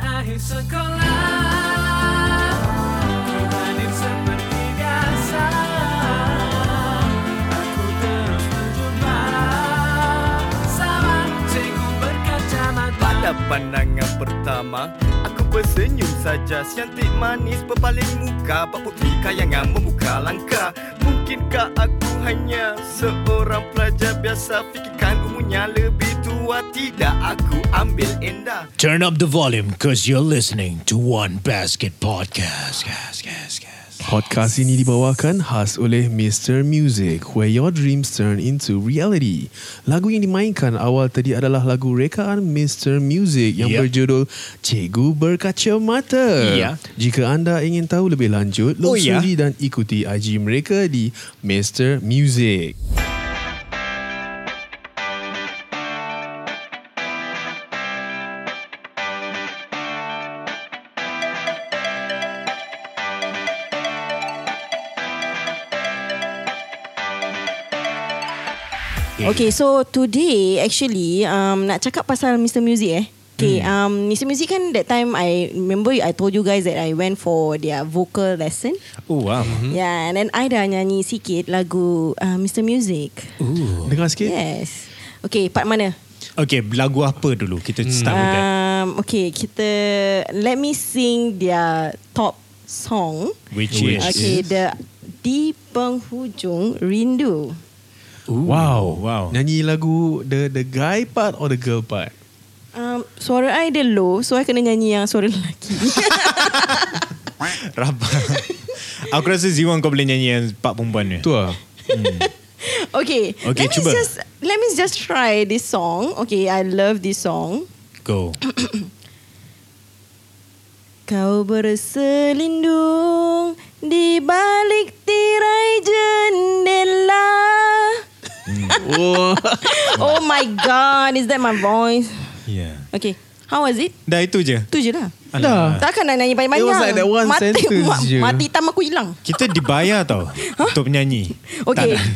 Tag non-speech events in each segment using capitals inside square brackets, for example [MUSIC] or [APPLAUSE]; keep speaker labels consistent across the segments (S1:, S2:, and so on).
S1: akhir sekolah Kau hadir seperti biasa Aku terus berjumpa Sama cikgu berkacamata
S2: Pada pandangan pertama Aku bersenyum saja Siantik manis berpaling muka Pak putri kayangan membuka langkah Mungkinkah aku hanya Seorang pelajar biasa Fikirkan umurnya lebih tua Tidak aku ambil endah
S3: Turn up the volume because you're listening to One Basket Podcast. Gas, gas, gas.
S4: Podcast ini dibawakan khas oleh Mr. Music Where your dreams turn into reality Lagu yang dimainkan awal tadi adalah lagu rekaan Mr. Music Yang
S3: Yep.
S4: berjudul Cikgu Berkacamata
S3: Ya.
S4: Jika anda ingin tahu lebih lanjut
S3: Oh, ya.
S4: Lungsuri dan ikuti IG mereka di Mr. Music
S5: Okay, so today actually um, nak cakap pasal Mr. Music eh. Okay,
S3: Hmm.
S5: um, Mr. Music kan that time I remember I told you guys that I went for their vocal lesson.
S3: Oh, wow.
S5: Hmm. Yeah, and then I dah nyanyi sikit lagu uh, Mr. Music.
S4: Dengar sikit
S5: Yes. Okay, part mana?
S3: Okay, lagu apa dulu? Kita
S5: Hmm.
S3: start with that.
S5: Um, okay, kita let me sing their top song.
S3: Which is...
S4: Which
S3: [LAUGHS]
S5: Okay, the di penghujung rindu.
S4: Wow
S3: Wow.
S4: Nyanyi lagu the the guy part or the girl part?
S5: Um, suara I dia low, so I kena nyanyi yang suara lelaki.
S3: Rabak. Aku rasa Ziwan kau boleh nyanyi yang part perempuan ni.
S4: Tu lah
S5: Okay,
S3: Okay,
S5: let
S3: cuba.
S5: me just let me just try this song. Okay, I love this song.
S3: Go.
S5: Kau berselindung di balik tirai jendela.
S4: [LAUGHS] Wah.
S5: oh my god, is that my voice?
S3: Yeah.
S5: Okay, how was it?
S3: Ya. Dah itu je.
S5: Tu je lah.
S3: Alah.
S5: Takkan nak nyanyi banyak-banyak.
S4: It was like that one
S5: mati,
S4: sentence je.
S5: Mati hitam aku hilang.
S3: Kita dibayar tau untuk penyanyi.
S5: Okay.
S3: Tak nak.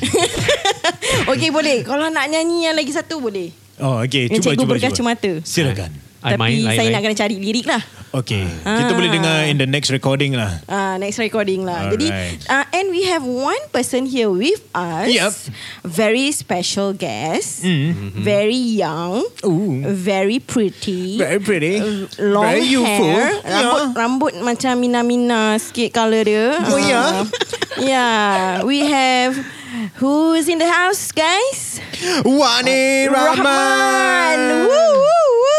S5: [LAUGHS] okay, boleh. Kalau nak nyanyi yang lagi satu boleh.
S3: Oh, okay.
S5: Yang
S3: Cuba,
S5: cikgu
S3: cuba, cuba.
S5: berkacamata.
S3: Silakan.
S4: I
S5: Tapi
S4: mind, I
S5: saya
S4: like.
S5: nak kena cari lirik lah.
S3: Okay. Kita boleh dengar in the next recording lah.
S5: Uh, next recording lah. Jadi
S3: Alright.
S5: uh, and we have one person here with us.
S3: Yup. Mm.
S5: Very special guest. Mm-hmm. Very young.
S3: Ooh.
S5: Very pretty.
S3: pretty.
S5: Uh, long
S3: very youthful.
S5: hair.
S3: Yeah.
S5: Rambut rambut macam mina-mina sikit color dia.
S3: Oh,
S5: Ah.
S3: yeah?
S5: yeah. We have who's in the house guys?
S3: Wani Rahman.
S5: Woo woo woo.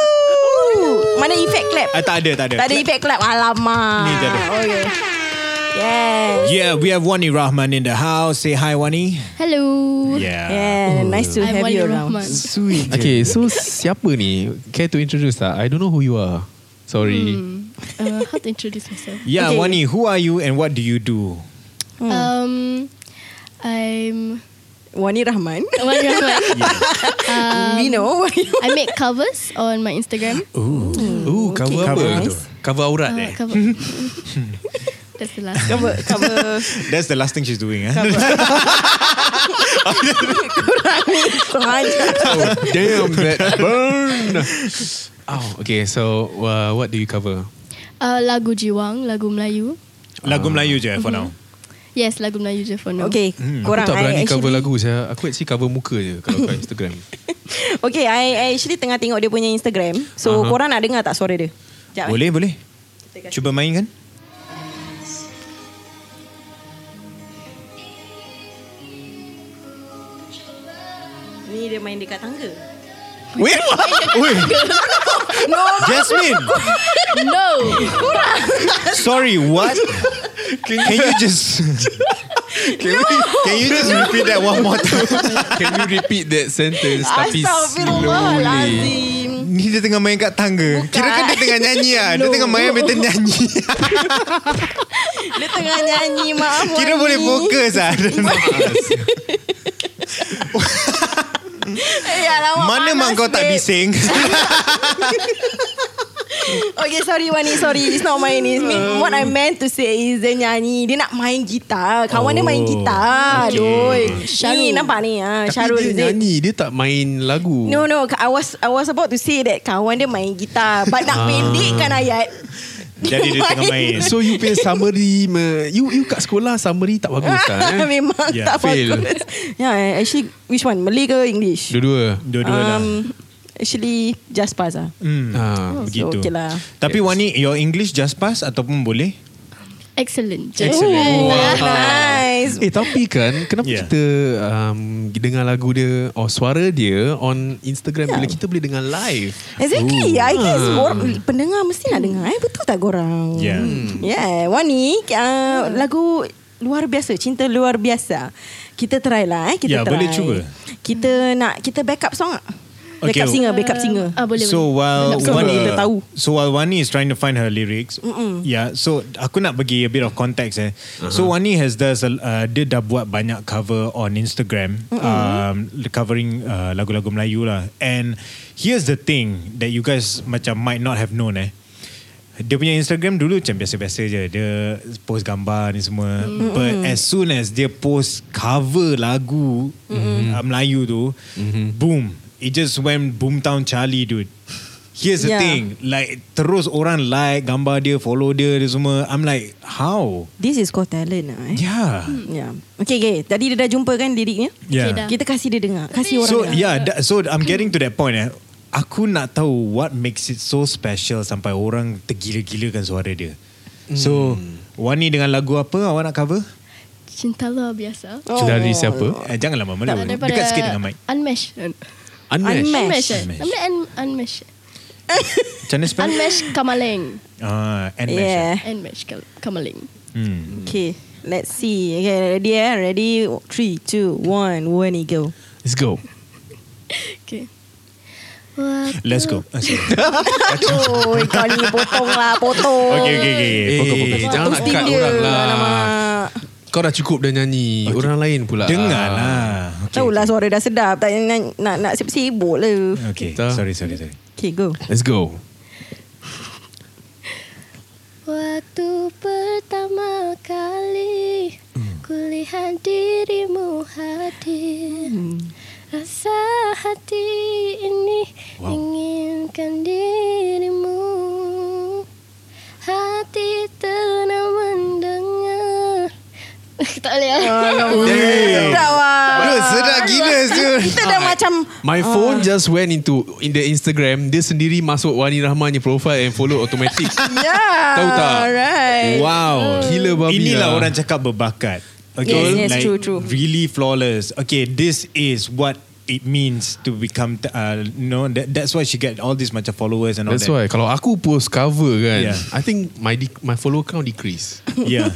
S5: Mana effect clap?
S3: Ah, tak ada, tak ada.
S5: Tak ada effect clap. Alamak.
S3: Ni je ada.
S5: Okay. Yes.
S3: Yeah, we have Wani Rahman in the house. Say hi, Wani.
S6: Hello.
S5: Yeah, nice to
S6: I'm
S5: have you
S6: Wali
S5: around.
S6: Rahman.
S4: Sweet. Okay, so siapa ni? Care to introduce tak? I don't know who you are. Sorry.
S5: Hmm.
S6: Uh, how to introduce myself?
S3: [LAUGHS] Yeah,
S5: Okay.
S3: Wani, who are you and what do you do?
S6: Um, I'm
S5: Wani Rahman.
S6: Wali
S3: [LAUGHS]
S6: Rahman. Um,
S5: we know Wani Rahman.
S6: I make covers on my Instagram.
S4: Ooh, cover
S5: Okay,
S4: apa?
S5: nice.
S4: Cover aurat
S6: Uh,
S4: eh?
S6: cover. That's the last.
S5: cover cover
S3: [LAUGHS] That's the last thing she's doing. Eh?
S4: [LAUGHS]
S5: pengajar.
S4: Oh, Damn, that [LAUGHS] burn! oh, okay, so uh, what do you cover?
S6: Uh, lagu Jiwang, lagu Melayu.
S3: [LAUGHS] Lagu Melayu je eh, for now.
S5: Mm-hmm.
S6: Yes, lagu Melayu je for now.
S5: Okay, korang
S4: Hmm, aku tak berani
S5: I
S4: cover lah. lagu
S5: actually,
S4: saya. Aku actually cover muka je kalau
S5: [LAUGHS]
S4: kat Instagram.
S5: Okay, I, I actually tengah tengok dia punya Instagram. So
S4: Aha.
S5: korang nak dengar tak suara dia? Sekejap, eh.
S3: Boleh, boleh.
S5: Kita kasi-
S3: Cuba mainkan.
S5: Ni dia main dekat tangga.
S3: Wait, what?
S5: [LAUGHS]
S3: Wait. [LAUGHS] Jasmine.
S6: No.
S3: Sorry,
S5: [LAUGHS]
S3: what? Can you, just can, we, can you just repeat that one more time?
S4: Can you repeat that sentence tapi slowly?
S5: Astagfirullahalazim.
S3: Ni dia tengah main kat tangga.
S5: Bukan.
S3: Kira kan dia tengah nyanyi ah. Dia
S5: No.
S3: tengah main habis dia
S5: [LAUGHS]
S3: nyanyi.
S5: Dia tengah
S4: [LAUGHS]
S5: nyanyi, maaf
S3: Kira
S5: Wani.
S3: boleh fokus
S5: [LAUGHS]
S3: ah. [LAUGHS]
S5: Eh, alamak,
S3: Mana mak
S5: Eh, panas, [LAUGHS]
S3: kau tak
S5: babe.
S3: bising?
S5: Okay sorry Wani Sorry it's not mine it's me.
S4: Oh.
S5: What I meant to say is Dia nyanyi Dia nak main gitar Kawan oh. dia main
S4: Oh.
S5: gitar
S4: Okay.
S5: Doi
S6: Syarul.
S5: Ni nampak ni ha, Syarul
S4: Tapi
S5: is
S4: dia
S5: it?
S4: nyanyi Dia tak main lagu
S5: No no I was I was about to say that Kawan dia main gitar But
S4: Ah.
S5: nak pendekkan ayat
S3: Jadi dia tengah
S5: [LAUGHS]
S3: main.
S4: So you punya summary me- You you kat sekolah Summary tak
S5: [LAUGHS]
S4: bagus lah eh?
S5: Memang
S3: Yeah,
S5: tak
S4: fail.
S5: bagus Yeah actually Which one Malay ke English Um,
S4: Dua-dua
S3: Dua-dua lah.
S5: Actually Just pass lah
S3: Hmm.
S4: ha.
S3: Begitu.
S5: So okay lah
S3: Tapi Wani, your English just pass ataupun boleh?
S6: Excellent.
S5: Ooh,
S3: Excellent.
S5: Nice
S4: Eh tapi kan Kenapa
S3: Yeah.
S4: yeah. kita um, Dengar lagu dia Or suara dia On Instagram
S5: Yeah.
S4: Bila kita boleh dengar live Ah.
S5: Exactly Ooh. I guess orang, Pendengar mesti nak dengar eh? Betul tak korang
S3: Hmm. Yeah.
S5: Yeah Wani uh,
S3: Hmm.
S5: Lagu Luar biasa Cinta luar biasa Kita try lah eh? Kita
S3: Yeah, Ya,
S5: try
S3: boleh cuba.
S5: Kita nak Kita backup song tak?
S3: Okay.
S5: Backup singer Backup singer
S6: Ah, boleh.
S3: so
S6: boleh.
S3: while
S5: Boleh.
S3: Wani,
S5: Kita tahu.
S3: so while Wani is trying to find her lyrics, Mm-mm. yeah. So aku nak bagi a bit of context eh. Uh-huh. So Wani has does a, uh, dia dah buat banyak cover on Instagram, um, covering uh, lagu-lagu Melayu lah. And here's the thing that you guys macam might not have known eh. Dia punya Instagram dulu macam biasa-biasa je. Dia post gambar ni semua. Mm. But as soon as dia post cover lagu mm. uh, Melayu tu, mm-hmm. boom. It just went Boomtown Charlie dude. Here's the
S5: Yeah.
S3: thing. Like terus orang like gambar dia, follow dia, dia semua. I'm like, how?
S5: This is called talent lah eh?
S3: Yeah.
S5: yeah. Okay, okay Tadi dia dah jumpa kan liriknya
S3: Yeah.
S6: Okay, dah.
S5: Kita kasih dia dengar Kasih orang
S3: so
S5: dengar
S3: yeah, that, so I'm getting to that point eh. Aku nak tahu what makes it so special sampai orang tergila-gilakan suara dia. So, Wani dengan lagu apa awak nak cover?
S6: Cinta luar biasa.
S5: Oh.
S4: Dari siapa
S3: Eh, jangan lama Melayu.
S6: Tak, daripada
S3: Dekat sikit dengan mic.
S6: Unmesh.
S4: Unmesh
S5: Unmesh.
S6: Unmesh.
S3: Unmesh.
S6: eh? Nama dia Un- Unmesh.
S3: Macam mana spell?
S6: Unmesh
S5: [LAUGHS]
S6: Kamaleng.
S3: Ah, and
S5: Yeah. Hmm.
S3: yeah.
S6: Unmesh Kal- Kamaleng.
S3: Hmm.
S5: Okay Let's see Okay ready eh Ready 3, 2, 1 Wani go
S4: Let's go
S6: Okay. Waktu
S3: Let's go. Ah, sorry.
S5: Aduh, [LAUGHS] kau ni potong lah, potong.
S3: okay, okay, okay. okay.
S4: Eh,
S3: Pokok, pokok.
S4: jangan nak
S5: Posting
S4: cut
S5: dia.
S4: orang lah
S5: Alamak.
S4: Kau dah cukup dah nyanyi
S3: Oh,
S4: okay. Orang lain pula
S3: Dengarlah. Okay.
S5: Tahu lah suara dah sedap. Tak nak nak, nak sibuk-sibuk lah.
S3: Okay,
S4: Kita-
S3: sorry, sorry, sorry.
S5: Okay, go.
S4: Let's go
S6: Waktu pertama kali
S3: Hmm.
S6: kulihat dirimu hadir
S3: Hmm.
S6: Rasa hati ini inginkan dirimu Hati tenang mendengar [LAUGHS] Tak boleh
S3: Ah.
S6: lah
S5: Sedap lah.
S3: Aduh, sedap gila tu.
S5: Kita dah macam... uh.
S4: My phone just went into in the Instagram. Dia sendiri masuk Wani Rahman punya profile and follow automatic.
S5: [LAUGHS] Yeah.
S4: Tahu tak?
S5: Ya, Right.
S4: wow, gila babi.
S3: Inilah
S4: lah.
S3: orang cakap berbakat. Okay,
S5: Yes, yes,
S3: like
S5: true, true.
S3: really flawless. Okay, this is what it means to become t- uh, you know that, that's why she get all these macam followers and all
S4: That's
S3: that.
S4: why kalau aku post cover kan,
S3: Yeah.
S4: I think my de- my follow count decrease.
S5: [LAUGHS]
S3: Yeah.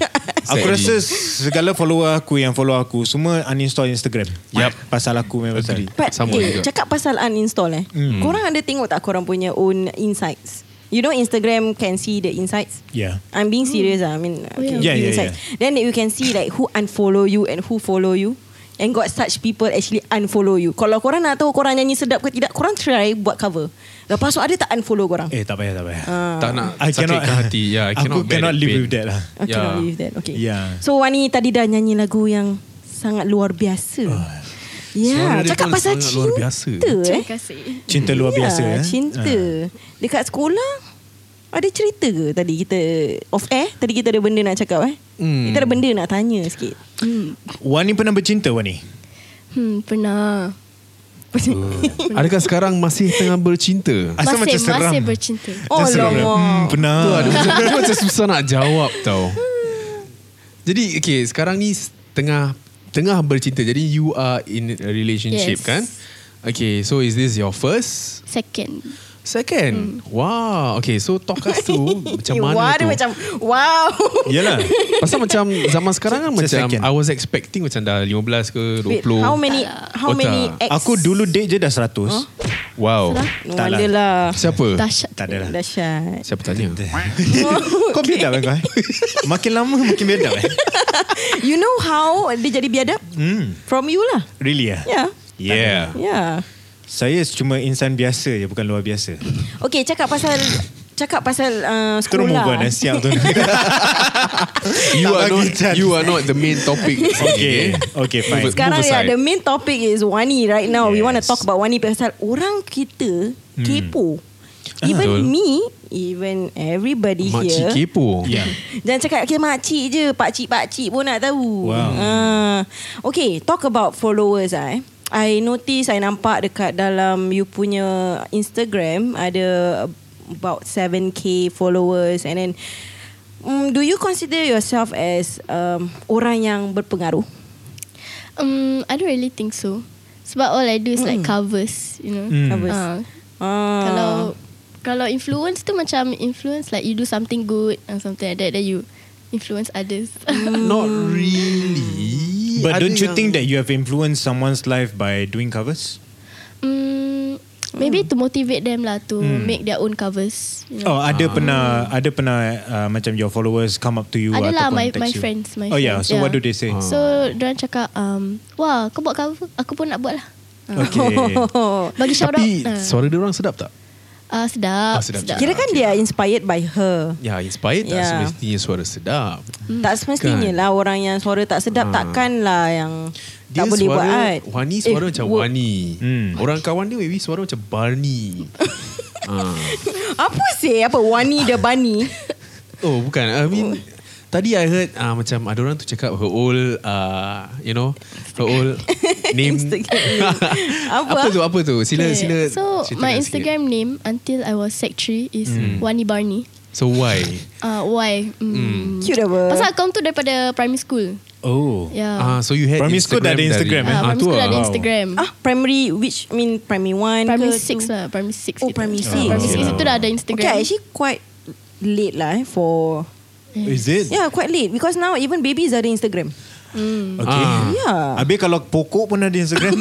S3: aku rasa
S4: Sadly.
S3: segala follower aku yang follow aku semua uninstall Instagram.
S4: Yup.
S3: Pasal aku memang pasal.
S4: Agree.
S5: But,
S4: Sama
S5: eh,
S4: juga. Hmm.
S5: cakap pasal uninstall eh. Mm. Korang ada tengok tak korang punya own insights? You know Instagram can see the insights?
S3: Yeah.
S5: I'm being serious. ah. I mean, okay,
S3: Yeah, yeah,
S5: inside. Then you can see like who unfollow you and who follow you. And got such people actually unfollow you. Kalau korang nak tahu korang nyanyi sedap ke tidak, korang try buat cover. Lepas tu ada tak unfollow korang?
S3: Eh tak payah tak payah.
S5: Ah.
S4: tak nak
S3: I cannot [LAUGHS]
S4: sakitkan hati. Yeah, I cannot,
S3: Aku cannot live with that lah.
S5: I cannot believe that. Okay.
S3: Yeah.
S5: So Wani tadi dah nyanyi lagu yang sangat luar biasa.
S4: Ah, Suara
S5: Ya, yeah.
S4: dia
S5: cakap
S4: pun
S5: pasal
S4: sangat
S5: cinta
S4: luar biasa.
S6: Terima
S5: eh.
S6: kasih
S3: Cinta luar
S5: Ya,
S3: biasa eh.
S5: Cinta. Dekat sekolah ada cerita ke tadi kita off air? Tadi kita ada benda nak cakap eh?
S4: Hmm.
S5: Kita ada benda nak tanya sikit.
S3: Hmm. Wani pernah bercinta Wani?
S6: Hmm, pernah
S4: Adakah sekarang masih tengah bercinta?
S3: Asal
S6: Masih,
S3: macam seram.
S6: masih bercinta
S5: [LAUGHS] Oh,
S3: Macam seram.
S5: lama.
S3: Hmm, pernah.
S4: Tu ada macam, dia macam susah nak jawab tau. Jadi okay, sekarang ni tengah tengah bercinta. Jadi you are in a relationship
S6: Yes.
S4: kan? Okay, so is this your first?
S6: Second
S4: Second? Wow. Okay, so talk us
S5: [LAUGHS]
S4: through macam
S5: Eh,
S4: mana
S5: Hmm. Wah,
S4: tu.
S5: dia macam wow.
S3: Yalah.
S4: Pasal macam zaman sekarang kan
S3: Se-
S4: macam
S3: second.
S4: I was expecting macam dah 15 ke 20.
S5: [LAUGHS] Wait, how many how
S4: Otak.
S5: many ex?
S3: Aku dulu date je dah 100. Huh?
S4: Wow.
S5: no
S3: tak lah.
S5: wonder lah.
S4: Siapa?
S6: Dahsyat
S3: Tak adalah.
S5: Dahsyat. [LAUGHS]
S4: Siapa tanya?
S3: Kau biadab kan kau
S6: [LAUGHS]
S3: eh? Makin lama makin biadab eh?
S5: You know how dia jadi biadab?
S3: Hmm.
S5: From you lah. ya.
S3: Really ah?
S5: Yeah.
S4: Yeah.
S5: Yeah.
S3: Saya cuma insan biasa je bukan luar biasa.
S5: Okay, cakap pasal cakap pasal uh,
S3: Terus
S5: sekolah.
S3: move on eh Siap
S6: [LAUGHS]
S3: tu
S4: You are
S3: bagi
S4: not
S3: chance.
S4: You are not the main topic
S3: [LAUGHS] Okay Okay fine
S4: Move it.
S5: Sekarang ya,
S4: aside.
S5: the main topic is Wani right now. Yes. We want to
S3: Yes.
S5: talk about Wani pasal orang kita kepo. Even
S4: Betul.
S5: me, even everybody
S4: Makcik
S5: here.
S4: kepo
S3: Yeah
S5: Jangan cakap okay, makcik je Pakcik-pakcik pun nak tahu
S3: Wow.
S5: Ah. Okay Talk about followers ah, eh. I notice I nampak dekat dalam You punya Instagram Ada About 7k followers And then mm, Do you consider yourself as um, Orang yang berpengaruh?
S6: Um, I don't really think so. Sebab all I do is
S4: Hmm.
S6: like covers, you know.
S3: Mm.
S5: Covers.
S6: Ah,
S5: Ah.
S6: Kalau kalau influence tu macam influence like you do something good or something like that then you influence others. [LAUGHS]
S5: Hmm.
S4: Not really
S3: But
S4: Ada
S3: don't you
S4: yang-
S3: think that you have influenced someone's life by doing covers?
S6: mm, maybe
S5: Hmm.
S6: to motivate them lah to
S4: Hmm.
S6: make their own covers. You
S3: Oh,
S6: know.
S3: ada
S4: Ah.
S3: pernah ada pernah uh, macam your followers come up to you ataupun
S6: Adalah lah, my
S3: text
S6: my
S3: you.
S6: friends, my
S3: oh yeah,
S6: friends,
S3: so what do they say?
S6: So dia cakap um, wah kau buat cover, aku pun nak buat lah. [LAUGHS] Ah.
S3: Okay.
S5: Oh.
S6: Bagi shout out.
S4: Tapi
S5: uh.
S6: ah.
S4: suara dia orang sedap tak?
S6: Ah,
S4: Ah,
S6: sedap.
S4: sedap, sedap.
S5: Kira kan
S6: lah,
S4: Okay.
S5: they are inspired by her
S4: Ya, inspired tak
S5: Ya.
S4: semestinya suara sedap.
S6: Hmm.
S5: Tak semestinya
S4: Kan.
S5: lah Orang yang suara tak sedap
S4: Ah.
S5: Takkan lah yang
S4: Dia
S5: Tak boleh
S4: suara,
S5: buat art
S4: Wani suara
S5: Eh,
S4: macam
S5: wo-
S4: Wani.
S3: Hmm.
S4: Orang kawan dia maybe suara macam Barney. ah.
S5: Apa sih? Apa Wani the
S6: [LAUGHS]
S5: Bunny?
S4: Oh, bukan. I mean, tadi I heard ah, macam ada orang tu cakap her old, ah, you know, her old
S6: [LAUGHS]
S4: name.
S5: Instagram. Apa?
S4: apa tu? Apa tu? Sila, sila.
S6: So
S4: ceritakan sikit.
S6: my
S4: Hmm.
S6: Instagram name until I was sec 3 is Wani Barney.
S4: So why?
S6: Uh, why?
S4: Hmm.
S6: Mm.
S5: Cute apa?
S6: Pasal account tu daripada primary school.
S3: Oh.
S6: Yeah.
S4: Ah, so you had
S3: Primary school dah ada Instagram, eh?
S4: dari,
S6: Ah, primary
S4: tu
S6: school
S4: lah.
S6: ada
S3: wow.
S6: Instagram.
S5: ah primary which I mean primary one
S6: primary
S5: ke
S6: 6
S5: two?
S6: lah, primary 6.
S5: Oh, primary six.
S6: Primary 6
S4: Okay.
S6: itu dah ada
S5: Okay,
S6: Instagram.
S5: actually quite late lah eh, for
S3: Is it?
S5: yeah quite late because now even babies ada
S4: [LAUGHS]
S5: Instagram.
S3: Okay.
S4: Ah.
S5: Yeah.
S3: Habis kalau pokok pun ada
S6: [LAUGHS]
S3: Instagram?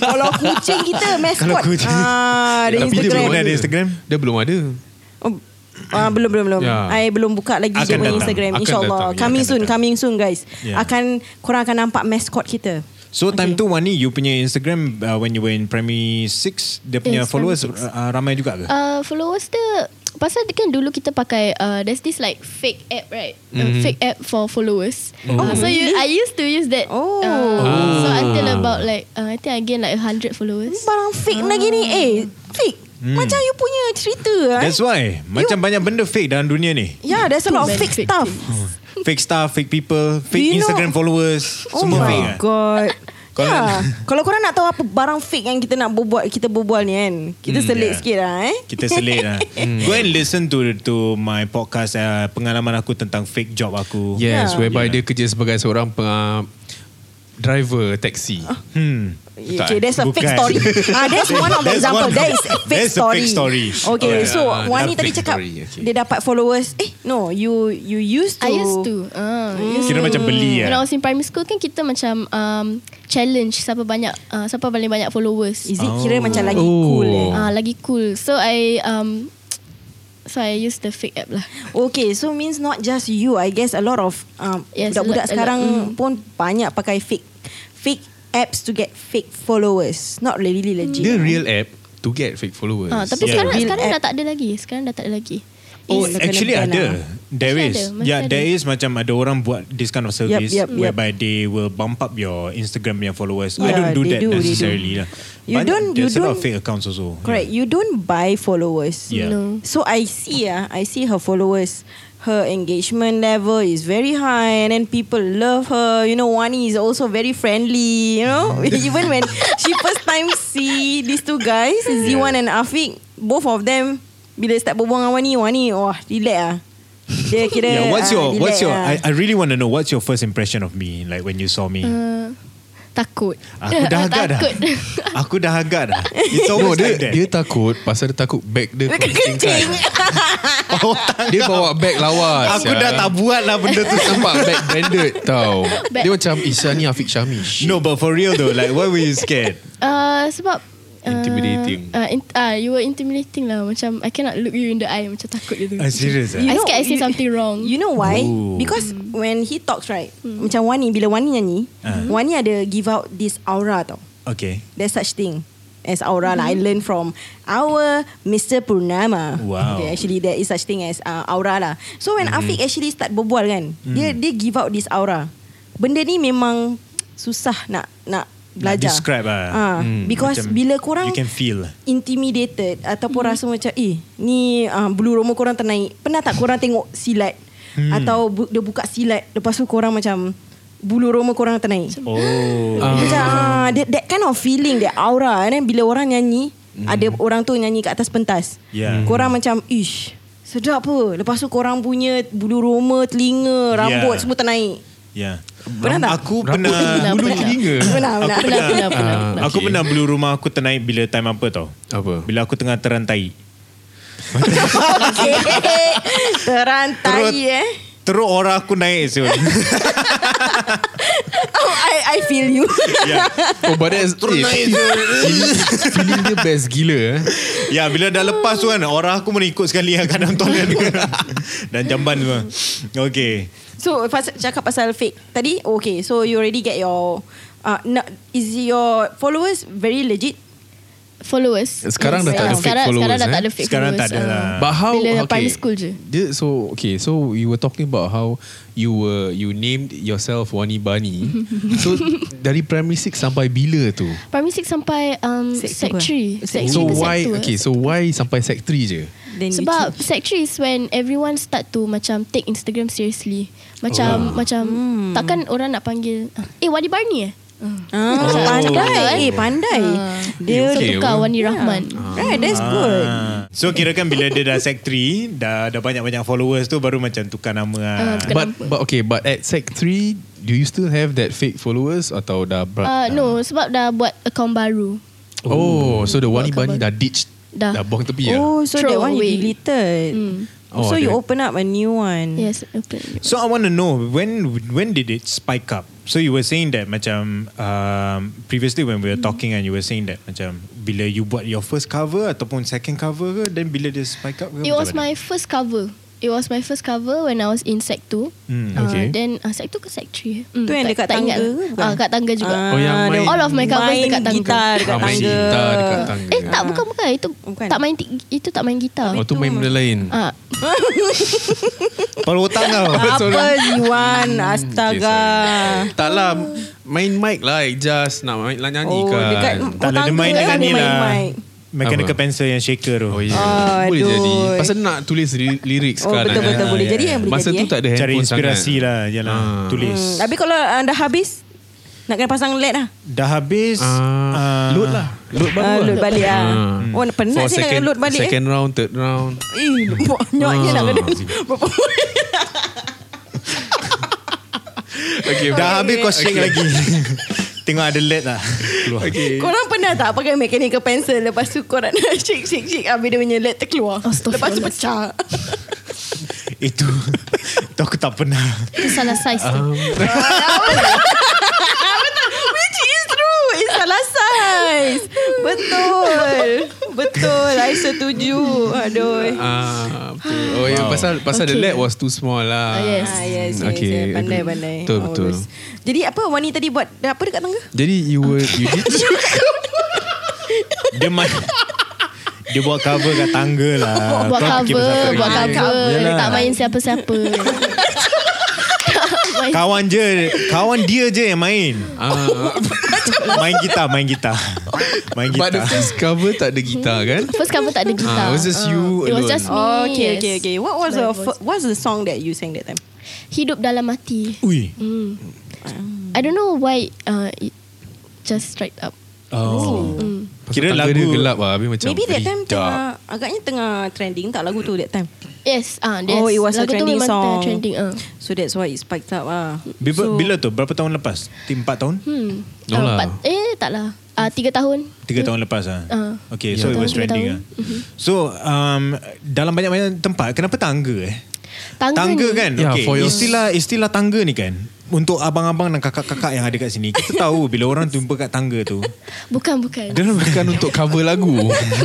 S5: Kalau kucing kita mascot
S3: Kalau kucing.
S5: ah ada
S4: Tapi dia
S5: Instagram.
S4: belum ada
S3: Ada Instagram?
S4: Dia belum ada.
S5: Oh, Ah, belum belum belum.
S4: Yeah.
S5: I belum buka lagi
S3: Ya.
S5: dia
S3: Akan
S5: punya
S3: datang.
S5: Instagram
S4: Akan
S5: insyaallah.
S4: datang. Ya,
S5: Coming
S4: akan
S5: soon,
S4: datang.
S5: coming soon guys.
S3: Yeah.
S5: Akan korang akan nampak mascot kita.
S3: So time
S6: Okay.
S3: tu Wani you punya Instagram uh, when you were in primary 6 dia punya
S6: Yes,
S3: followers
S6: primary six.
S3: uh, ramai juga ke?
S6: Uh, followers dia Pasal dia kan dulu kita pakai uh, There's this like fake app right mm-hmm. Fake app for followers oh. uh, So you, I used to use that
S5: Oh.
S6: uh, So
S3: Ah.
S6: until about like uh, I think I gained like 100 followers
S5: Barang fake lagi ni. Eh, fake.
S3: Hmm.
S5: Macam you punya cerita ah.
S3: That's why macam banyak benda fake dalam dunia
S5: [LAUGHS]
S3: ni.
S5: Yeah, there's a lot of
S6: Very
S5: fake
S6: fake
S5: stuff.
S3: Fake stuff, fake people,
S5: you
S3: fake
S5: know-
S3: Instagram followers,
S5: Oh
S3: semua
S5: my
S3: fake. kan?
S5: god.
S3: [LAUGHS] Kalau-
S5: yeah. Kalau korang nak tahu apa barang fake yang kita nak berbual kita berbual ni kan. Kita
S3: Hmm,
S5: selit
S3: yeah.
S5: sikit lah eh.
S3: Kita selit
S5: [LAUGHS]
S3: lah. Go and listen to to my podcast uh, pengalaman aku tentang fake job aku.
S4: Yes,
S5: Yeah.
S4: whereby
S3: Yeah.
S4: dia kerja sebagai seorang peng, driver taksi.
S6: Ah,
S3: Hmm.
S5: Eh, Okay, that's a fake
S3: Bukan.
S5: story. ah, that's one of the
S3: [LAUGHS] That's
S5: example.
S3: one-
S5: That is a fake
S3: that's a
S5: story.
S3: fake story. Oh,
S5: Okay,
S4: Okay.
S5: so
S4: Ah, that's
S5: Wani tadi
S4: fake
S5: cakap
S4: story, okay.
S5: dia dapat followers. Eh, no, you you used to.
S6: I used to uh, used
S3: Kira
S6: to.
S3: macam beli, eh?
S6: When I was in primary school kan Kita macam um, Challenge Siapa banyak uh, Siapa paling banyak followers
S5: Is it kira
S3: Oh.
S5: macam lagi
S4: Oh.
S5: cool eh?
S6: Ah, lagi cool. So I um so I use the fake app lah.
S5: Okay, so means not just you. I guess a lot of um,
S6: Yes,
S5: budak-budak
S6: a lot- a lot.
S5: sekarang
S6: Mm.
S5: pun banyak pakai fake fake apps to get fake followers. Not really legit.
S4: Dia real app to get fake followers.
S6: Ah, tapi
S3: Yeah.
S6: sekarang
S5: Real
S6: sekarang dah
S5: app.
S6: tak ada lagi. Sekarang dah tak ada lagi.
S3: Oh,
S5: Is-
S3: actually
S5: kena
S3: ada.
S5: lah.
S3: There is.
S6: Actually ada, masih
S3: yeah,
S6: ada.
S3: there is macam ada orang buat this kind of service
S5: yep, yep.
S3: whereby they will bump up your Instagram punya followers. I
S5: Yeah,
S3: don't do
S5: they
S3: that
S5: do, they do.
S3: necessarily lah.
S5: You
S3: Banyak-
S5: don't- you
S3: there's a lot of
S5: don't-
S3: fake accounts also.
S5: Correct. You don't buy followers.
S3: Yeah.
S6: No.
S5: So I see ah, I see her followers. Her engagement level is very high, and then people love her. You know, Wani is also very friendly. You
S3: [LAUGHS]
S5: know, [LAUGHS] even when she first time see these two guys, Ziwan and Afiq, both of them, bila start berbual dengan Wani, Wani, wah, relax ah.
S3: [LAUGHS]
S5: Dia kira.
S3: Yeah, what's
S5: ah,
S3: your
S5: relax
S3: what's your
S5: ah.
S3: I, I really want to know what's your first impression of me like when you saw me.
S5: Mm.
S6: Uh, takut.
S3: aku
S6: [LAUGHS]
S3: dah
S5: [LAUGHS]
S3: agak dah.
S6: takut.
S3: [LAUGHS] aku dah agak dah. It's
S4: No,
S3: always
S4: dia,
S3: like that.
S4: dia takut pasal dia takut bag dia
S5: Kencing.
S4: Dia bawa bag lawas.
S3: [LAUGHS] aku dah tak buat lah benda tu.
S4: [LAUGHS] Terus nampak bag branded tau.
S6: Bag-
S4: Dia macam Isha ni Afiq Syami.
S3: no, but for real though, like why were you
S5: [LAUGHS]
S3: scared?
S6: Uh, sebab uh,
S4: Intimidating.
S6: Uh, in, uh, you were intimidating lah. Macam I cannot look you in the eye. Macam takut gitu.
S3: Ah, serious ah?
S6: I
S5: You know,
S6: scared I say
S5: you-
S6: something wrong.
S5: You know why?
S3: Ooh. Hmm.
S5: Because when he talks right, macam
S3: Uh-huh.
S5: Wani bila Wani nyanyi, Wani ada give out this aura tau.
S3: Okay.
S5: There's such thing as aura lah. I learned from our Mr. Purnama.
S3: Wow. Mm-hmm.
S5: Okay, actually there is such thing as uh, aura lah. So when Afiq actually start berbual kan,
S3: Mm.
S5: dia dia give out this aura. Benda ni memang susah nak nak belajar.
S3: describe lah.
S5: Ah,
S3: Hmm,
S5: because
S3: macam
S5: bila korang
S3: you can feel.
S5: intimidated ataupun rasa macam eh ni uh, bulu roma korang ternaik. Pernah tak korang tengok silat
S3: Hmm.
S5: atau bu- dia buka silat lepas tu korang macam bulu roma korang ternaik.
S3: Oh.
S5: Uh. Macam ah, that, that kind of feeling That aura And then bila orang nyanyi mm. Ada orang tu nyanyi kat atas pentas
S3: Yeah.
S5: Korang macam Ish Sedap apa Lepas tu korang punya Bulu roma Telinga Rambut
S3: Yeah.
S5: semua ternaik
S3: Yeah.
S5: Pernah tak?
S3: Ya. Aku pernah
S6: Bulu telinga.
S5: Pernah, pernah.
S6: Pernah, pernah, pernah.
S4: Ah.
S3: Aku
S4: Okay.
S3: pernah beli rumah aku ternaik bila time apa tau?
S4: Apa?
S3: Bila aku tengah terantai.
S5: Okay [LAUGHS] Terantai eh
S3: Terus orang aku naik [LAUGHS] siul.
S5: oh, I, I feel you [LAUGHS]
S3: yeah.
S4: Oh but that's Terus naik Feeling dia best gila eh.
S3: Ya, bila dah lepas tu kan, orang aku pun ikut sekali lah kat dalam toilet. [LAUGHS] Dan jamban semua. Okay.
S5: So pas- cakap pasal fake Tadi Okay so you already get your uh, na- Is your followers Very legit
S6: Followers.
S4: Sekarang dah
S6: Yes. Ah,
S4: tak ada fake
S6: Sekarang-
S4: followers,
S6: Sekarang dah
S4: eh?
S6: tak ada fake
S3: Sekarang tak
S6: followers.
S3: ada lah.
S6: Ah.
S4: But how
S6: Bila
S4: okay.
S6: primary school je.
S4: Dia, so okay, so we were talking about how you were you named yourself Wani Bani.
S6: [LAUGHS]
S4: so dari primary six sampai bila tu?
S6: Primary 6 sampai um,
S5: Sec
S6: sec
S5: dua.
S6: 3. Sec eh.
S5: Actually,
S4: so
S6: three ke sec
S4: why
S6: dua.
S4: okay, so why sampai sec 3 je?
S5: Then you
S6: Sebab
S5: change.
S6: sec 3 is when everyone start to macam take Instagram seriously. Macam macam takkan orang nak panggil eh Wadi Barney eh?
S5: ah,
S6: Oh.
S5: Pandai Eh
S6: Yeah.
S5: pandai
S6: Ah.
S5: Dia
S6: so
S4: Okay,
S6: tukar
S4: well.
S6: Wani Rahman.
S5: Right that's good
S3: Ah. So kira kan bila dia dah sec 3 dah dah banyak-banyak followers tu baru macam tukar nama lah.
S6: Ah, tukar
S4: But
S6: Kenapa?
S4: but okay, but at sec 3 do you still have that fake followers atau dah ber-
S6: Uh, no, sebab dah buat account baru.
S4: Oh, so the Wani Bani
S6: Buat
S4: dah ditch
S6: Dah.
S4: dah buang tepi ya.
S5: Oh so that
S6: Throw
S5: one
S6: away.
S5: you deleted
S6: Mm.
S5: oh,
S4: Oh,
S5: So you
S4: that-
S5: open up a new one
S6: Yes, open.
S3: So I want to know when when did it spike up? So you were saying that macam um, previously when we were talking and you were saying that macam bila you buat your first cover ataupun second cover ke then bila dia spike up ke? macam
S6: It was
S3: mana?
S6: my first cover. It was my first cover when I was in sec 2.
S3: Hmm,
S4: okay.
S6: Uh, then uh, sec 2 ke sec 3? Mm,
S5: Tu yang dekat tangga ke bukan?
S6: Ah, kat tangga juga.
S5: Ah,
S4: Oh, yang
S5: dia
S4: main-
S6: All of my covers
S5: main
S6: dekat tangga.
S5: gitar
S4: Ah,
S5: dekat
S4: main
S5: tangga
S4: gitar dekat tangga.
S6: eh, tak bukan bukan. Itu
S5: Bukan.
S6: tak main ti- itu tak main gitar.
S4: Oh, tu main benda lain.
S6: Ah,
S3: Paru otak
S6: [LAUGHS]
S3: kau.
S5: [LAUGHS] Apa
S4: lah.
S5: Ziwan
S4: Hmm,
S5: Astaga
S4: Tak lah Main mic lah Just nak main lah nyanyi
S5: Oh
S4: kan
S5: dekat
S3: Tak lah dia
S5: tangga
S3: main
S5: kan
S3: dengan
S5: dia
S3: ni
S5: main
S3: lah.
S5: mic.
S3: Mechanical
S4: Apa?
S3: pencil yang shaker tu.
S4: Oh ya
S5: Oh,
S4: Boleh
S5: aduh.
S4: jadi Pasal dia nak tulis li- lirik
S5: Oh
S4: sekarang
S5: betul-betul
S4: kan.
S5: boleh Jadi yang boleh
S4: Masa
S5: jadi
S4: tu
S5: eh.
S4: tak ada
S3: Cari
S4: handphone
S3: inspirasi
S4: sangat.
S3: lah Yalah
S4: Ah.
S3: Tulis
S5: Hmm, Habis kalau uh, dah habis Nak kena pasang LED lah
S3: Dah habis
S4: Ah,
S3: ah,
S4: Load lah Load baru
S5: uh,
S4: lah
S5: Load balik lah
S4: Ah.
S5: Oh penat
S4: For
S5: saya nak
S4: second,
S5: kena load balik eh
S4: Second round Third round
S5: Ih,
S4: Hmm.
S5: banyaknya nak kena [LAUGHS] Berapa
S4: Okay
S3: Dah habis kau shake lagi [LAUGHS] Tengok ada LED lah [LAUGHS] Keluar
S4: Okay
S5: Korang pernah tak pakai mechanical pencil Lepas tu korang nak [LAUGHS] shake shake shake Habis dia punya LED terkeluar Lepas tu pecah
S3: Itu [LAUGHS] Itu aku tak pernah
S6: itu salah size tu.
S5: Which is true It's salah size Betul Betul I setuju Aduh
S4: Ah, betul. Oh ya, pasal pasal the
S6: Okay.
S4: LED was too small lah.
S6: Ah, yes.
S5: Ah, yes, yes,
S4: Okay,
S5: yes. Pandai,
S4: agree.
S5: pandai.
S4: Betul, betul.
S5: Always. Jadi apa Wani tadi buat apa dekat tangga?
S4: Jadi you were you did
S3: Dia
S6: [LAUGHS]
S3: main Dia buat cover kat tangga lah
S6: Oh,
S4: Ah,
S6: buat
S3: Kau fikir
S6: cover,
S3: pasal apa
S6: buat
S3: lagi?
S6: cover,
S3: Yalah.
S6: tak main
S4: [LAUGHS]
S6: siapa-siapa. Tak main-
S3: Kawan je Kawan dia je yang main
S4: ah,
S3: Main gitar Main gitar Main
S4: but the
S3: gitar
S4: first cover tak ada gitar kan?
S6: First cover tak ada gitar.
S4: Ah, it was just you
S6: It was
S4: alone.
S6: just me.
S5: Oh, okay,
S6: yes.
S5: okay, okay. What was the f-
S6: My voice.
S5: what's the song that you sang that time?
S6: Hidup dalam mati.
S3: Ui
S6: Mm. I don't know why uh, it just strike up.
S3: Oh
S6: Mm.
S4: Pasal
S3: Kira
S4: tangga
S3: lagu
S4: dia gelap lah Habis macam
S5: Maybe that
S4: very
S5: time
S4: dark.
S5: tengah agaknya tengah trending tak lagu tu that time.
S6: Yes, ah, yes.
S5: Oh, it was a
S6: Lagu tu
S5: trending
S6: memang tengah
S5: song.
S6: Trending, ah.
S5: So that's why it spiked up ah.
S3: bila,
S5: so,
S3: bila tu? Berapa tahun lepas? 4 tahun?
S6: Hmm.
S4: No
S6: Ah,
S4: lah.
S6: empat- eh, tak lah. Ah, tiga tahun.
S3: 3 tahun lepas ah.
S6: Ah.
S3: Okay, so it
S6: Tahun,
S3: was
S6: tiga
S3: trending ah.
S6: tahun. Mm-hmm.
S3: So, um dalam banyak-banyak tempat, kenapa tangga eh?
S6: Tangga,
S3: Tangga
S6: ni.
S3: kan?
S4: Ya,
S3: okay.
S4: for your-
S3: Istilah istilah tangga ni kan. Untuk abang-abang dan kakak-kakak yang ada kat sini, kita tahu bila orang jumpa kat tangga tu,
S6: Bukan, bukan.
S4: Dia bukan untuk cover lagu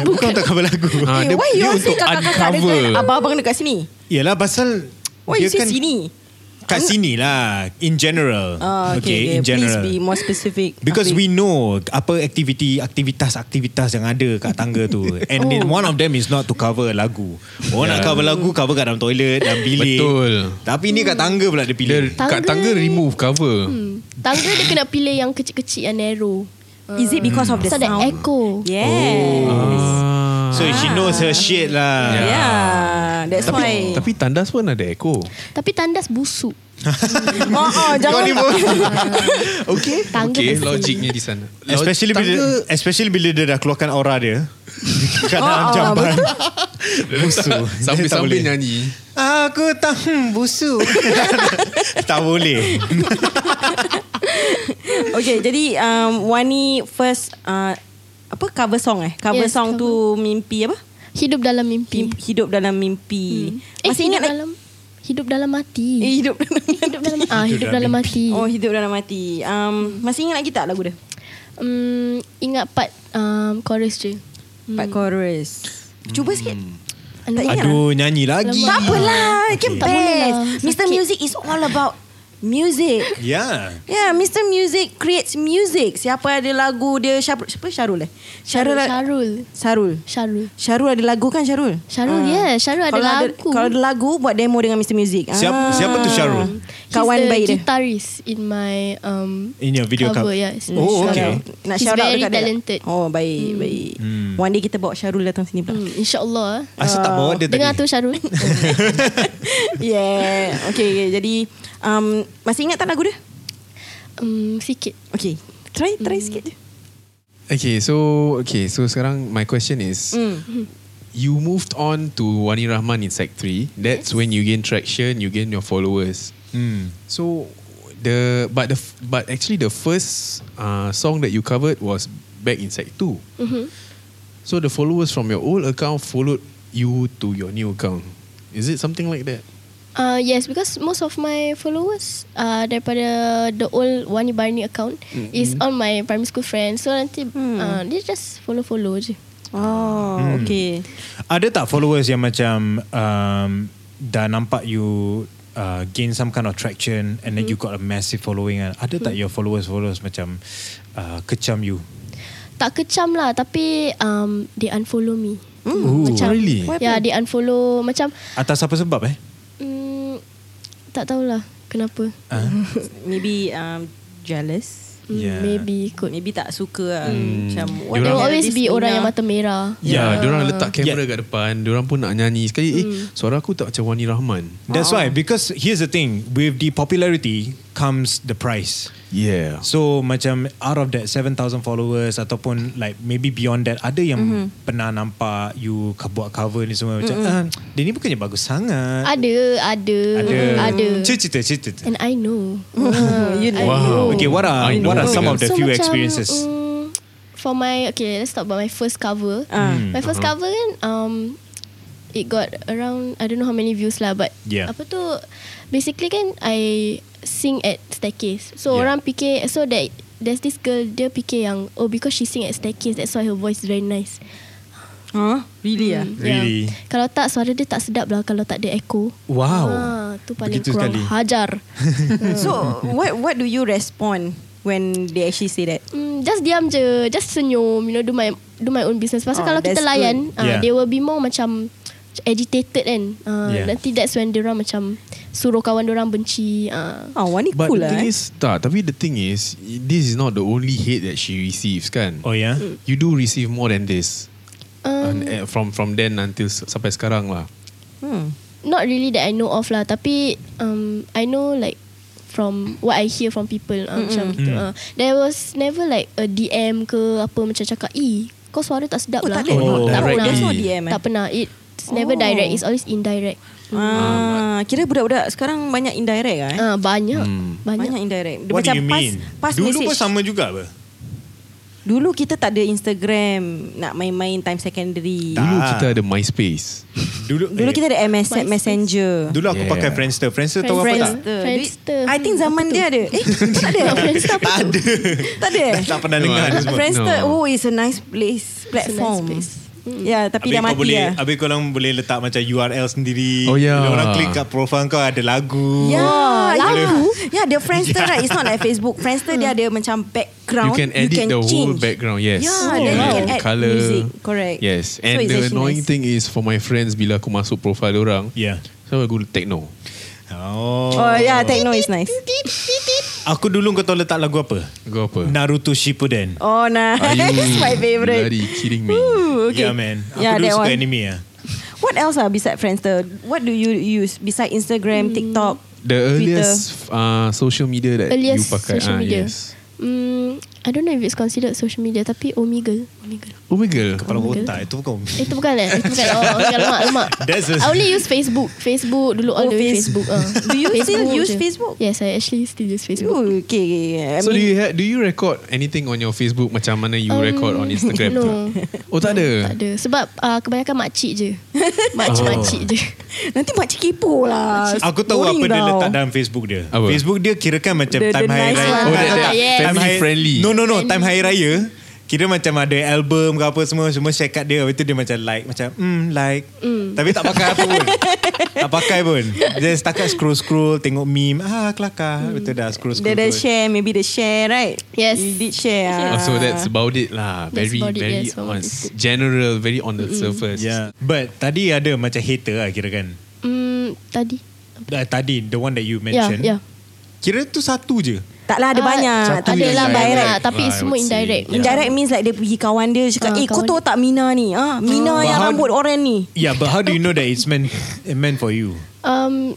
S3: bukan untuk cover lagu.
S4: Ah,
S5: eh,
S4: dia-
S5: why you
S4: dia
S5: all say
S4: untuk
S5: kakak-kakak
S4: uncover.
S5: dekat abang-abang dekat sini?
S4: kan-
S3: Yalah pasal kan
S5: Why you say sini?
S3: Kat sini lah In general
S5: Ah, okay, okay,
S3: In general
S5: Please be more specific.
S3: Because we
S5: Afiq.
S3: know apa aktiviti aktivitas-aktivitas yang ada
S5: [LAUGHS]
S3: kat tangga tu and oh. one of them is not to cover lagu. Oh yeah. nak cover lagu cover kat dalam toilet dalam bilik.
S7: Betul.
S3: Tapi ni kat tangga pula
S7: Dia
S3: dia pilih.
S7: kat
S6: Tangga
S7: tangga
S6: ni-
S7: remove cover. Hmm.
S6: Tangga dia kena pilih yang kecil-kecil yang narrow.
S5: Uh, is it because of the
S6: So that
S5: sound?
S6: echo.
S5: Yes.
S4: Oh. Ah.
S3: So she knows her shit lah.
S5: Ah. Yeah. that's
S4: Tapi,
S5: why.
S4: tapi tandas pun ada echo.
S6: Tapi tandas busuk.
S5: [LAUGHS] oh, oh, jangan
S4: Okay.
S6: Tangga
S7: Okay,
S6: bersih.
S7: logiknya di sana.
S3: Especially bila
S4: Tangga- [LAUGHS]
S3: especially bila dia dah keluarkan aura
S5: [LAUGHS]
S3: dia. kat dalam
S5: Oh, oh,
S3: jamban. Busu. Dia tak
S7: Sambil-sambil
S3: boleh.
S7: nyanyi.
S3: Aku tak hmm, busu. [LAUGHS] tak boleh.
S5: [LAUGHS] Okay, jadi um, Wani first uh, apa cover song eh? Cover
S6: Yes,
S5: song tu mimpi apa?
S6: Hidup dalam mimpi.
S5: Him- Hidup dalam mimpi.
S6: Eh,
S5: Masih ingat
S6: hidup dalam hidup dalam mati.
S5: eh, hidup dalam
S6: [LAUGHS]
S5: [LAUGHS]
S6: hidup dalam ah hidup dalam mati.
S5: Oh, hidup dalam mati. Um, masih ingat lagi tak lagu dia?
S6: Um, ingat part um, chorus je. Hmm.
S5: Part chorus. Cuba sikit. Tak ingat. lah.
S3: Aduh nyanyi lagi.
S5: Tak apalah, okay. can
S6: Tak boleh
S5: best.
S6: lah,
S5: Mr.
S6: sakit.
S5: Music is all about music.
S3: Yeah.
S5: Yeah, Mr. Ya, Music creates music. Siapa ada lagu dia siapa, siapa Syarul eh? Syarul
S6: Syarul.
S5: Syarul.
S6: Syarul.
S5: Syarul ada lagu kan Syarul? Ah.
S6: Syarul, yeah. Syarul ada
S5: kalau
S6: lagu.
S5: Ada, kalau ada lagu buat demo dengan Mr. Music. Ah.
S3: Siapa- siapa tu Syarul?
S5: Kawan
S6: He's the
S5: baik dia.
S6: guitarist in my um,
S3: In your video cover.
S6: cover. Yes.
S3: Oh, okay.
S5: Nak
S6: He's
S5: shout out dekat
S6: very
S5: dia tak?
S6: talented. Oh.
S5: Oh, baik, baik.
S3: Hmm.
S5: One day kita bawa Syarul datang sini pula.
S6: Hmm, InsyaAllah. eh.
S3: Asal tak bawa dia
S6: Uh, Dengar tu
S3: tadi.
S6: Syarul.
S5: [LAUGHS] yeah. Okay, okay. jadi um, masih ingat tak lagu dia?
S6: um, sikit.
S5: Okay. Try, try
S6: Hmm.
S5: sikit je.
S4: Okay, so okay, so sekarang my question is,
S6: Hmm.
S5: Mm.
S4: you moved on to Wani Rahman in Sec 3. That's when you gain traction, you gain your followers.
S3: Hmm.
S4: So the but the f- but actually the first uh, song that you covered was back in Sec 2.
S6: Mhm.
S4: So the followers from your old account followed you to your new account. Is it something like that?
S6: Uh, yes, because most of my followers uh, daripada the old Wani Barney account mm-hmm. is all my primary school friends. So nanti
S5: Hmm.
S6: hmm. uh, dia just follow-follow je.
S5: Oh,
S3: Hmm.
S5: okay.
S3: Ada tak followers yang macam um, dah nampak you uh, gain some kind of traction and then you
S6: Hmm.
S3: got a massive following kan? Ada tak your followers followers macam uh, kecam you?
S6: Tak kecam lah tapi um, they unfollow me.
S3: Ooh.
S6: Macam,
S4: really?
S5: What
S6: Yeah,
S5: happened?
S6: they unfollow macam
S3: Atas apa sebab eh?
S6: mm, tak tahulah kenapa.
S5: Maybe um, jealous.
S6: Mm,
S3: Yeah.
S6: Maybe kot.
S5: Maybe tak suka lah.
S3: Hmm.
S5: Macam, what
S6: There
S5: the
S6: will
S5: hell
S6: always
S5: this lah.
S6: be orang
S5: Nina?
S6: yang mata merah.
S4: Ya, yeah, diorang letak kamera
S3: Yeah.
S4: kat depan, diorang pun nak nyanyi. Sekali eh suara aku tak macam Wani Rahman.
S3: That's why because here's the thing with the popularity comes the price.
S4: Yeah.
S3: So macam out of that 7,000 followers ataupun like maybe beyond that ada yang
S5: Mhm.
S3: mm-hmm. pernah nampak you ke- buat cover ni semua
S5: Mm.
S3: macam mm-hmm. ah, dia ni bukannya bagus sangat.
S6: Ada, ada,
S3: ada.
S6: ada.
S3: Cerita cerita. cerita.
S6: And I know.
S5: [LAUGHS] you know.
S4: Wow.
S3: Okay, what are
S4: I know
S3: what are
S4: because-
S3: some of the
S6: so
S3: few
S6: macam,
S3: experiences?
S6: mm, for my okay, let's talk about my first cover.
S5: Ah.
S3: Hmm,
S6: My first
S3: uh-huh.
S6: cover kan um it got around I don't know how many views lah but
S3: Yeah.
S6: apa tu basically kan I sing at staircase. So
S3: Yeah.
S6: orang fikir so that there's this girl dia fikir yang oh because she sing at staircase that's why her voice is very nice.
S5: Huh? Really
S6: Hmm.
S5: ah?
S3: Really?
S6: Yeah. Kalau tak suara dia tak sedap lah kalau tak ada echo.
S3: Wow.
S6: Ah, tu paling
S3: Begitu
S6: kurang
S3: sekali.
S6: hajar.
S5: [LAUGHS] So what what do you respond when they actually say that?
S6: Mm, just diam je Just senyum You know do my Do my own business
S5: Oh,
S6: Pasal oh, kalau kita
S5: that's
S6: layan
S3: good.
S6: uh,
S3: Yeah.
S6: They will be more macam Agitated kan
S3: Yeah.
S6: uh, yeah. Nanti that's when Diorang macam Suruh kawan diorang benci uh.
S5: Oh, one
S4: But
S5: cool
S4: the
S5: lah.
S4: thing
S5: Eh.
S4: is, tak, tapi the thing is, this is not the only hate that she receives kan.
S3: Oh yeah.
S5: Mm. Hmm.
S4: You do receive more than this. And,
S6: um,
S4: eh, from from then until s- sampai sekarang lah.
S5: Hmm.
S6: Not really that I know of lah Tapi um, I know like From What I hear from people uh, Macam gitu
S3: Hmm.
S6: uh. There was never like A DM ke Apa macam cakap Eh kau suara tak sedap
S5: Oh,
S6: lah
S5: tak ada.
S3: Oh,
S6: tak
S4: directly.
S6: pernah
S5: There's no DM, eh?
S6: Tak pernah It's never
S5: Oh.
S6: direct It's always indirect
S5: Ah, kira budak-budak sekarang banyak indirect ah. Eh?
S6: uh, Banyak
S3: Hmm.
S5: Banyak
S6: Banyak
S5: indirect. Dia
S3: What
S5: macam
S3: do you
S5: pass,
S3: mean?
S5: pass
S3: Dulu
S5: message.
S3: pun sama juga apa?
S5: Dulu kita tak ada Instagram, nak main-main time secondary.
S4: Dulu
S3: Ah.
S4: kita ada MySpace.
S3: Dulu
S5: Dulu
S3: eh,
S5: kita ada MSN
S6: MySpace.
S5: Messenger.
S3: Dulu aku
S4: Yeah.
S3: pakai Friendster. Friendster tahu apa tak?
S5: Friendster.
S6: Friendster.
S5: I think zaman dia ada. Eh, tak ada.
S6: Friendster
S3: [LAUGHS]
S6: apa tu?
S5: tak ada. eh?
S3: Tak pernah dengar ni semua.
S5: Friendster,
S4: No.
S5: oh, it's a nice place platform.
S6: place.
S5: Ya, tapi
S3: Habis
S5: dah
S3: kau
S5: mati
S3: boleh,
S5: lah.
S3: Habis kau orang boleh letak macam URL sendiri.
S4: Oh, yeah.
S3: Bila orang klik kat profile kau ada lagu.
S5: Ya, lah.
S6: Laku.
S5: Yeah, the Friendster
S3: [LAUGHS]
S5: yeah. right. It's not like Facebook. Friendster dia ada macam background.
S4: You can edit
S5: you can
S4: the
S5: change.
S4: whole background. Yes.
S5: Yeah,
S6: Oh,
S5: then you
S6: wow.
S5: can add
S4: Colour.
S5: music. Correct.
S4: Yes. And
S5: so it's
S4: the
S5: actually
S4: annoying
S5: nice.
S4: thing is for my friends bila aku masuk profile orang,
S3: Yeah.
S4: so aku techno.
S3: Oh.
S5: Oh yeah, techno is nice.
S3: Aku dulu kau tahu letak lagu apa?
S4: Kau apa?
S3: Naruto Shippuden.
S5: Oh nice. [LAUGHS]
S4: Are you
S5: It's my favorite.
S4: bloody kidding me?
S5: Ooh, okay.
S3: Yeah Ya, man. Aku
S5: Yeah,
S3: dulu
S5: that
S3: suka
S5: one.
S3: anime ya.
S5: What else are beside Friendster? What do you use beside Instagram, TikTok?
S4: The earliest uh, social media that
S6: Earliest
S4: you pakai.
S6: social
S4: Ah,
S6: media.
S4: yes.
S6: Hmm, I don't know if it's considered social media tapi Omegle. Omegle.
S4: Oh my god.
S3: Kepala
S6: Oh my
S3: botak itu bukan.
S6: Eh, Itu bukan eh Itu bukan Oh okay, lemak lemak
S3: That's a-
S6: I only use Facebook Facebook dulu
S5: Oh,
S6: all the way
S5: Face-
S6: Facebook uh.
S5: [LAUGHS] Do you still use Facebook?
S6: Yes I actually still use Facebook
S5: Ooh, okay, okay, yeah. I
S4: So do you
S5: mean,
S4: ha- do you record anything on your Facebook macam mana you
S6: Um,
S4: record on Instagram?
S6: no.
S4: tu? Oh tak ada.
S6: Tak ada Sebab uh, kebanyakan makcik je
S4: Oh.
S6: Makcik-makcik je
S5: nanti makcik kepo lah.
S3: Aku tahu
S5: Boring
S3: apa dia
S5: tau.
S3: letak dalam Facebook dia.
S4: Apa?
S3: Facebook dia kirakan macam
S5: The- the
S3: time hari
S5: nice
S3: raya.
S5: one.
S4: Oh,
S6: Ah,
S4: that, that,
S6: yes.
S4: family
S3: Time hari-
S4: friendly.
S3: No no no, time hari raya. Kira macam ada album ke apa semua Semua check out dia Habis tu dia macam like Macam mm, like
S5: Hmm.
S3: mm. Tapi tak pakai apa pun Tak pakai pun Dia setakat scroll-scroll Tengok meme Ah kelakar mm. Habis tu dah
S5: Hmm. Dia
S3: scroll-scroll
S5: dah
S3: tu.
S5: share, maybe the share, right?
S6: Yes.
S5: You did share.
S4: Oh,
S5: ah.
S4: so that's about it lah.
S6: That's
S4: Very
S6: about it,
S4: very
S6: yes, for
S4: on
S6: what is it.
S4: general, very on the surface.
S3: Yeah. Ya. But tadi ada macam hater lah kira kan
S6: hmm, Tadi
S3: uh, Tadi the one that you
S6: Ya
S3: mentioned
S6: ya.
S3: Kira tu satu je
S5: Tak lah, ada
S6: Ah,
S5: banyak.
S4: satu
S5: Tak
S6: Ada
S5: ada
S4: yang
S6: lah
S5: lah
S4: direct.
S6: banyak
S5: direct.
S4: Ah,
S6: Tapi
S4: I
S6: it's more
S4: would say,
S6: indirect
S4: yeah.
S5: Indirect means like dia pergi kawan dia cakap,
S6: Ah,
S5: eh kau
S6: kawan
S5: tahu tak Mina ni? Ah, Mina
S3: But
S5: yang
S3: how-
S5: rambut orang ni.
S3: Yeah but how do you know that it's meant it meant for you
S6: Um,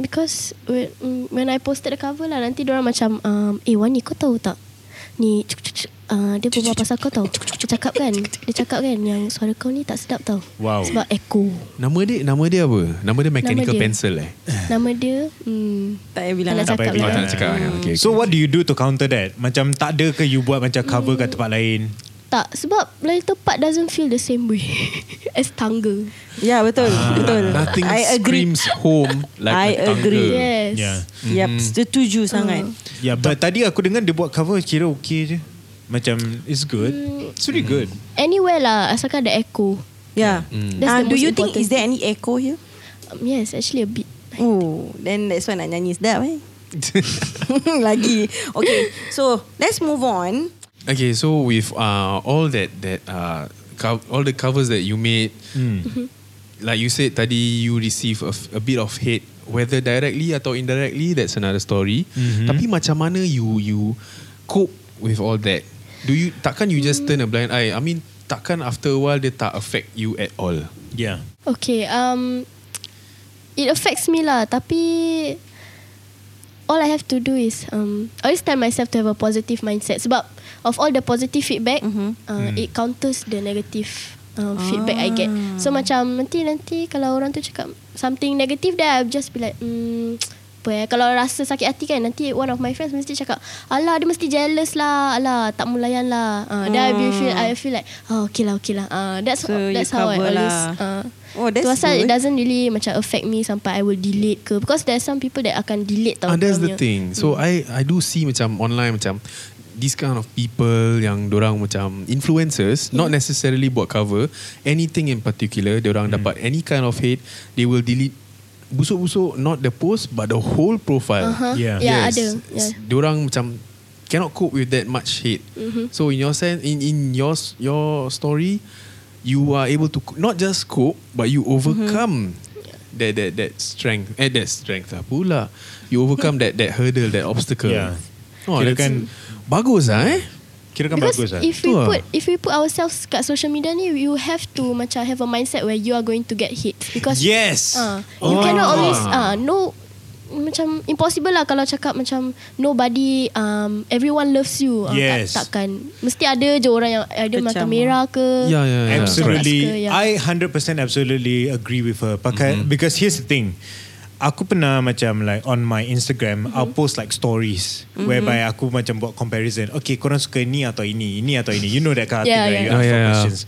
S6: because when, mm, when I posted the cover lah, nanti orang macam, um, eh Wani kau tahu tak? Ni, cuk, cuk, cuk. Uh, dia berbual pasal kau tau Dia cakap kan Dia cakap kan Yang suara kau ni tak sedap tau
S3: Wow.
S6: Sebab echo
S4: Nama dia nama dia apa? Nama dia mechanical
S6: dia.
S4: pencil eh.
S6: Nama dia hmm,
S5: Tak payah bilang.
S6: Tak
S5: lah.
S6: nak
S3: Tak payah
S6: cakap
S4: Oh,
S3: bilang.
S6: lah
S4: tak nak cakap. eh. Okay.
S3: So what do you do to counter that Macam tak ada ke you buat macam cover kat tempat lain
S6: Tak sebab Lain tempat doesn't feel the same way [LAUGHS] As tangga
S5: Ya, betul. Betul.
S4: Nothing
S5: I agree.
S4: screams home like
S5: I
S4: a tangga. [LAUGHS]
S5: agree.
S6: Yes
S3: Yeah.
S5: Yep, setuju sangat.
S3: Yeah, but tadi aku dengar dia buat cover kira okay je. Macam it's good.
S6: Mm.
S3: It's really good.
S6: Anywhere lah Asalkan ada echo
S5: Yeah.
S6: That's
S5: Ah,
S6: the
S5: do
S6: most
S5: you think
S6: important
S5: is there any echo here?
S6: um, Yes actually a bit
S5: Oh, then that's why nak nyanyi sedap eh. [LAUGHS] Lagi. Okay, so let's move on.
S4: Okay, so with uh, all that that uh, co- all the covers that you made, [LAUGHS] like you said tadi, you receive a, f- a bit of hate, whether directly atau indirectly. That's another story. Tapi macam mana you you cope with all that? Do you takkan you just turn a blind eye? I mean, takkan after a while dia tak affect you at all?
S3: Yeah.
S6: Okay, um, it affects me lah. Tapi all I have to do is um, I always tell myself to have a positive mindset. Sebab of all the positive feedback,
S5: Mhm.
S6: uh, it counters the negative uh, feedback I get.
S5: Ah.
S6: So macam nanti nanti kalau orang tu cakap something negative, then I'll just be like, hmm, apa eh? Kalau rasa sakit hati kan Nanti one of my friends Mesti cakap Alah dia mesti jealous lah Alah tak mau layan lah uh, Then I will feel I feel like oh, Okay lah okay lah uh, That's
S5: Hmm. So, you
S6: that's how I
S5: cover
S6: always
S5: lah.
S6: uh,
S5: Oh, that's
S6: tu pasal
S5: good.
S6: it doesn't really macam affect me sampai I will delete ke because there's some people that akan delete tau.
S4: Ah, that's the thing.
S6: dorangnya.
S4: So
S6: Hmm.
S4: I I do see macam online macam this kind of people yang dorang macam influencers not necessarily buat cover anything in particular dorang dapat any kind of hate they will delete busuk-busuk not the post but the whole profile.
S6: Uh-huh.
S3: Yeah.
S6: yeah ada. Yeah.
S4: S- Dorang macam cannot cope with that much hate. So in your sense in in your s- your story you are able to co- not just cope but you overcome that that that strength eh that strength lah pula. You overcome that that hurdle that obstacle.
S3: Yeah.
S4: Oh,
S3: Kira
S4: that's-
S3: kan-
S4: bagus lah eh.
S3: Kira kan
S6: Because
S3: bagus lah.
S6: if we
S4: Betul lah.
S6: put if we put ourselves kat social media ni, you have to macam have a mindset where you are going to get hit because
S3: Yes.
S6: Uh, you
S4: Oh.
S6: cannot always uh, no macam impossible lah kalau cakap macam nobody um, everyone loves you uh,
S3: Yes.
S6: tak, takkan mesti ada je orang yang ada
S5: Kecam.
S6: mata merah ke ya.
S4: Yeah, yeah, yeah.
S3: Absolutely.
S6: Correct. Yeah.
S3: I 100% absolutely agree with her. Pakai,
S4: Mm-hmm.
S3: Because here's the thing. Aku pernah macam like on my Instagram,
S6: Mm-hmm.
S3: I'll post like stories whereby aku macam buat comparison. Okay, korang suka ni atau ini, ini atau ini. You know that kind of
S6: Yeah,
S3: thing, right?
S6: yeah.
S3: You ask
S4: Oh,
S3: for
S4: yeah, yeah.
S3: questions.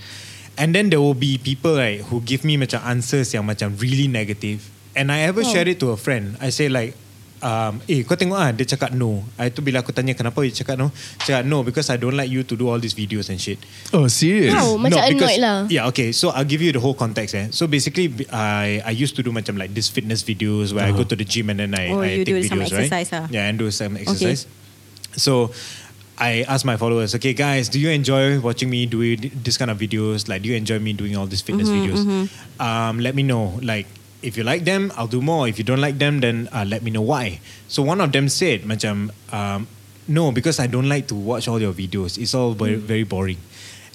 S3: And then there will be people right who
S6: Oh.
S3: give me macam answers yang macam really negative. And I ever share it to a friend. I say like, um, eh kau tengok ah dia cakap no. Ah, Itu bila aku tanya kenapa dia cakap no, dia cakap no because I don't like you to do all these videos and shit.
S4: Oh,
S3: [LAUGHS]
S4: serious?
S6: Wow. Oh, macam
S3: because,
S6: annoyed lah.
S3: Yeah, okay. So I'll give you the whole context. Eh. So basically, b- I I used to do macam like this fitness videos where I go to the gym and then I,
S5: Uh-huh. Oh,
S3: I take
S5: you
S3: videos,
S5: do some
S3: right?
S5: exercise lah.
S3: Yeah, and do some exercise. So I asked my followers, okay, guys, do you enjoy watching me do it- this kind of videos? Like, do you enjoy me doing all these fitness videos? Um, let me know. Like, if you like them, I'll do more. If you don't like them, then uh, let me know why. So one of them said, macam, um, no, because I don't like to watch all your videos. It's all very, very boring.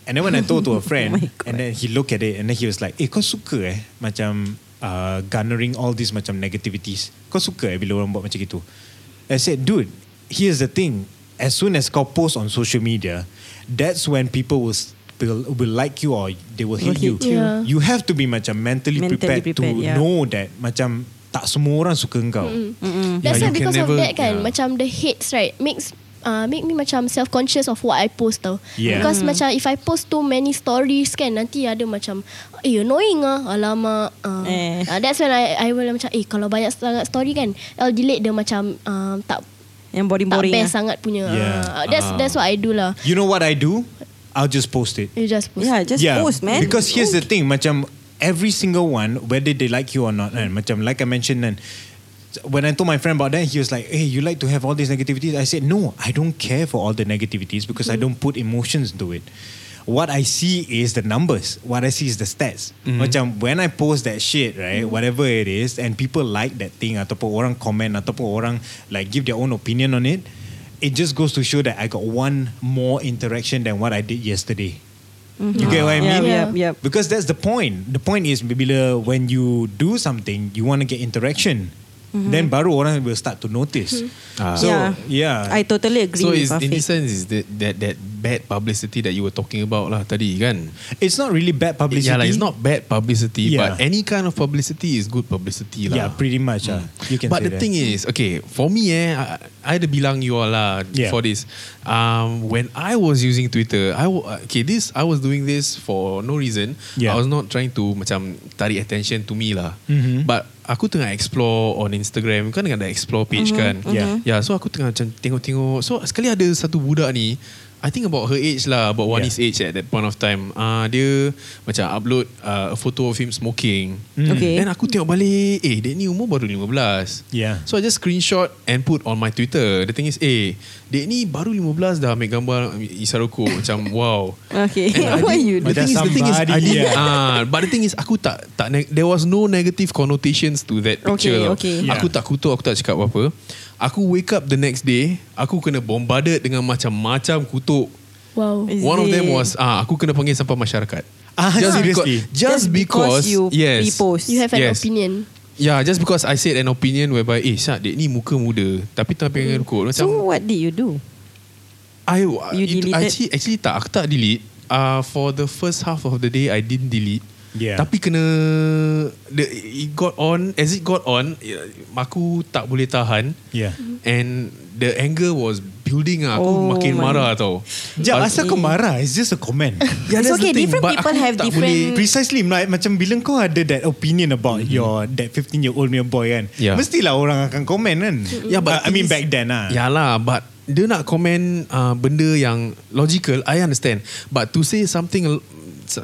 S3: And then when I told to a friend,
S5: my God.
S3: and then he looked at it, and then he was like, eh, kau suka eh, macam uh, garnering all these macam negativities. Kau suka eh bila orang buat macam gitu? I said, dude, here's the thing. As soon as kau post on social media, that's when people will s- will, will like you or they will hate,
S5: Will hate
S3: you.
S6: you. Yeah.
S3: You have to be macam mentally,
S5: Mentally
S3: prepared, to
S5: prepared, yeah.
S3: know that macam tak semua orang suka kau.
S6: Mm.
S4: Yeah,
S6: That's
S4: you
S6: why
S4: can
S6: because of
S4: never-
S6: that
S4: yeah.
S6: kan Macam the hates right Makes uh, Make me macam Self conscious of what I post tau
S3: Yeah.
S6: Because
S4: Mm.
S6: macam If I post too many stories kan Nanti ada macam Eh annoying ah Alamak uh,
S5: Eh.
S6: uh, That's when I I will macam Eh kalau banyak sangat story kan I'll delete the macam um, Tak
S5: Yang
S6: tak
S5: boring-boring
S6: best lah.
S5: ah.
S6: sangat punya
S3: Yeah.
S6: Ah, That's that's what I do lah
S3: You know what I do? I'll just post it.
S6: You just post
S5: Yeah, just post, man.
S3: Because here's the thing, macam every single one, whether they like you or not, kan, macam like I mentioned, kan, when I told my friend about that, he was like, "Hey, you like to have all these negativities?" I said, "No, I don't care for all the negativities because
S5: Mm-hmm.
S3: I don't put emotions into it." What I see is the numbers. What I see is the stats. Macam when I post that shit, right,
S5: Mm-hmm.
S3: whatever it is, and people like that thing ataupun orang comment ataupun orang like give their own opinion on it, it just goes to show that I got one more interaction than what I did yesterday. You get what I mean?
S5: Yeah, yeah, yeah.
S3: Because that's the point. The point is bila when you do something, you want to get interaction.
S5: Mm-hmm.
S3: Then baru orang will start to notice.
S4: Ah.
S3: So yeah.
S5: I totally agree
S4: So
S5: with
S4: is, in
S5: Afiq.
S4: this sense is that, that that bad publicity that you were talking about lah tadi kan?
S3: it's not really bad publicity.
S4: Yeah, like it's not bad publicity,
S3: Yeah.
S4: but any kind of publicity is good publicity lah.
S3: Yeah, pretty much. ah. You can
S4: But
S3: say
S4: the
S3: that.
S4: thing is, okay, for me eh, I, I ada bilang you all lah
S3: Yeah.
S4: for this. Um, when I was using Twitter, I wa- okay this I was doing this for no reason.
S3: Yeah.
S4: I was not trying to macam tarik attention to me lah.
S3: Mhm.
S4: But aku tengah explore on Instagram kan dengan ada explore page kan.
S3: Yeah.
S4: Yeah, so aku tengah macam tengok-tengok. So sekali ada satu budak ni, I think about her age lah, about Wani's
S3: Yeah.
S4: age at that point of time. Ah uh, dia macam upload uh, a photo of him smoking.
S3: Mm.
S5: Okay.
S4: Then aku tengok balik, eh dia ni umur baru 15.
S3: Yeah.
S4: So I just screenshot and put on my Twitter. The thing is, eh dia ni baru 15 dah ambil gambar Isaroko [LAUGHS] macam wow.
S5: Okay.
S4: And I
S5: [LAUGHS] What
S4: did-
S5: you
S4: the
S5: do?
S3: Macam
S4: thing is, the thing is, I [LAUGHS]
S3: somebody,
S4: did,
S3: yeah.
S4: ah, but the thing is, aku tak, tak neg- there was no negative connotations to that picture.
S5: Okay,
S4: tau.
S5: okay.
S3: Yeah.
S4: Aku tak kutuk, aku tak cakap apa-apa. Aku wake up the next day, aku kena bombarded dengan macam-macam kutuk.
S6: Wow
S5: Is
S4: One of them
S5: it?
S4: was, ah, aku kena panggil sampah masyarakat.
S3: Ah, seriously?
S4: Because, just, because,
S5: you
S4: yes,
S5: repost.
S6: You have an
S4: Yes.
S6: opinion
S4: Yeah, just because I said an opinion whereby, eh, Syah, dek ni muka muda. Tapi tengah pengen rukuk. Macam,
S5: So what did you do?
S4: I,
S5: You
S4: it-
S5: deleted?
S4: Actually, actually tak, aku tak delete. Uh, for the first half of the day, I didn't delete.
S3: Yeah.
S4: Tapi kena the, It got on As it got on eh, Aku tak boleh tahan Mm-hmm.
S3: Yeah.
S4: And The anger was Building lah Aku
S5: Oh
S4: makin
S5: my-
S4: marah tau
S3: Sekejap,
S4: But-
S3: asal
S5: Mm.
S3: kau marah? It's just a
S5: [LAUGHS]
S3: comment.
S4: Yeah,
S5: It's
S4: that's the
S5: okay, different
S4: but
S5: people
S4: aku
S5: have
S4: tak
S5: different-
S4: boleh-
S3: Precisely like, Macam bila kau ada that opinion About your That 15 year old punya boy kan
S4: Yeah.
S3: Mestilah orang akan komen kan
S4: Yeah, but
S3: I mean
S4: things-
S3: back then lah
S4: Ya lah, but dia nak komen uh, benda yang logical, I understand. But to say something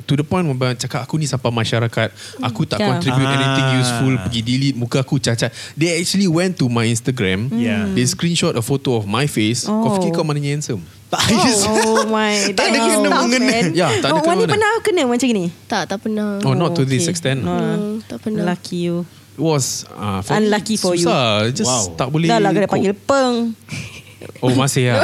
S4: to the point whereby cakap aku ni sampah masyarakat, aku tak
S5: Yeah.
S4: contribute
S3: Ah.
S4: anything useful, pergi delete muka aku cacat. They actually went to my Instagram,
S3: Yeah.
S4: they screenshot a photo of my face. Kau
S5: Hmm. Oh.
S4: fikir kau mananya handsome?
S3: Tak, [LAUGHS] I just-
S5: Oh my
S3: Tak ada
S5: that's
S3: kena
S5: tough,
S3: mengena.
S5: man.
S4: Ya, tak ada
S5: Oh, Wani
S4: kena-mengena.
S5: pernah kena macam ni?
S6: Tak tak pernah
S4: Oh, not to
S5: okay.
S4: this extent.
S5: No.
S3: Hmm,
S6: No, Tak pernah
S5: Lucky you
S4: It was uh, for
S5: Unlucky for you.
S4: susah. Just
S3: Wow.
S4: tak boleh.
S5: Dah lah kena
S4: cope.
S5: panggil peng
S4: Oh
S5: [LAUGHS]
S4: masih ya.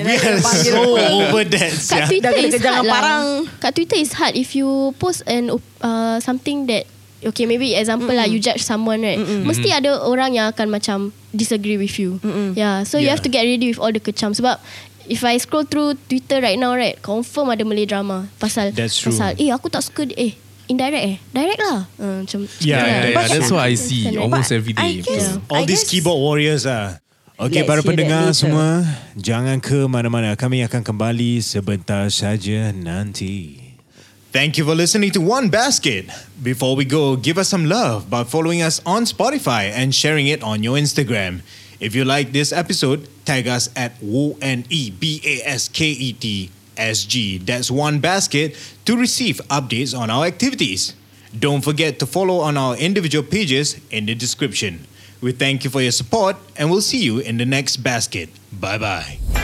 S3: We are so over that sia.
S6: Kat
S5: Dah
S6: Twitter
S5: kena
S6: is
S5: kejar
S6: hard
S5: dengan
S6: lah.
S5: parang.
S6: Kat Twitter is hard if you post an op- uh, something that okay maybe example lah you judge someone right. Mesti ada orang yang akan macam disagree with you. Yeah, so you
S3: Yeah.
S6: have to get ready with all the kecam sebab If I scroll through Twitter right now right Confirm ada Malay drama Pasal
S3: That's true.
S6: Pasal Eh aku tak suka dia. Eh indirect eh Direct lah uh, Macam
S3: Yeah,
S4: yeah, yeah, yeah. That's what I see
S3: Oh
S6: But
S4: almost
S5: But
S4: every day.
S5: I guess-
S4: So,
S3: All
S5: I
S3: these
S5: guess-
S3: keyboard warriors ah. Okay,
S5: Let's
S3: para
S5: hear that
S3: pendengar
S5: later.
S3: semua, jangan ke mana-mana. Kami akan kembali sebentar saja nanti. Thank you for listening to One Basket. Before we go, give us some love by following us on Spotify and sharing it on your Instagram. If you like this episode, tag us at O N E B A S K E T S G. That's One Basket to receive updates on our activities. Don't forget to follow on our individual pages in the description. We thank you for your support and we'll see you in the next basket. Bye bye.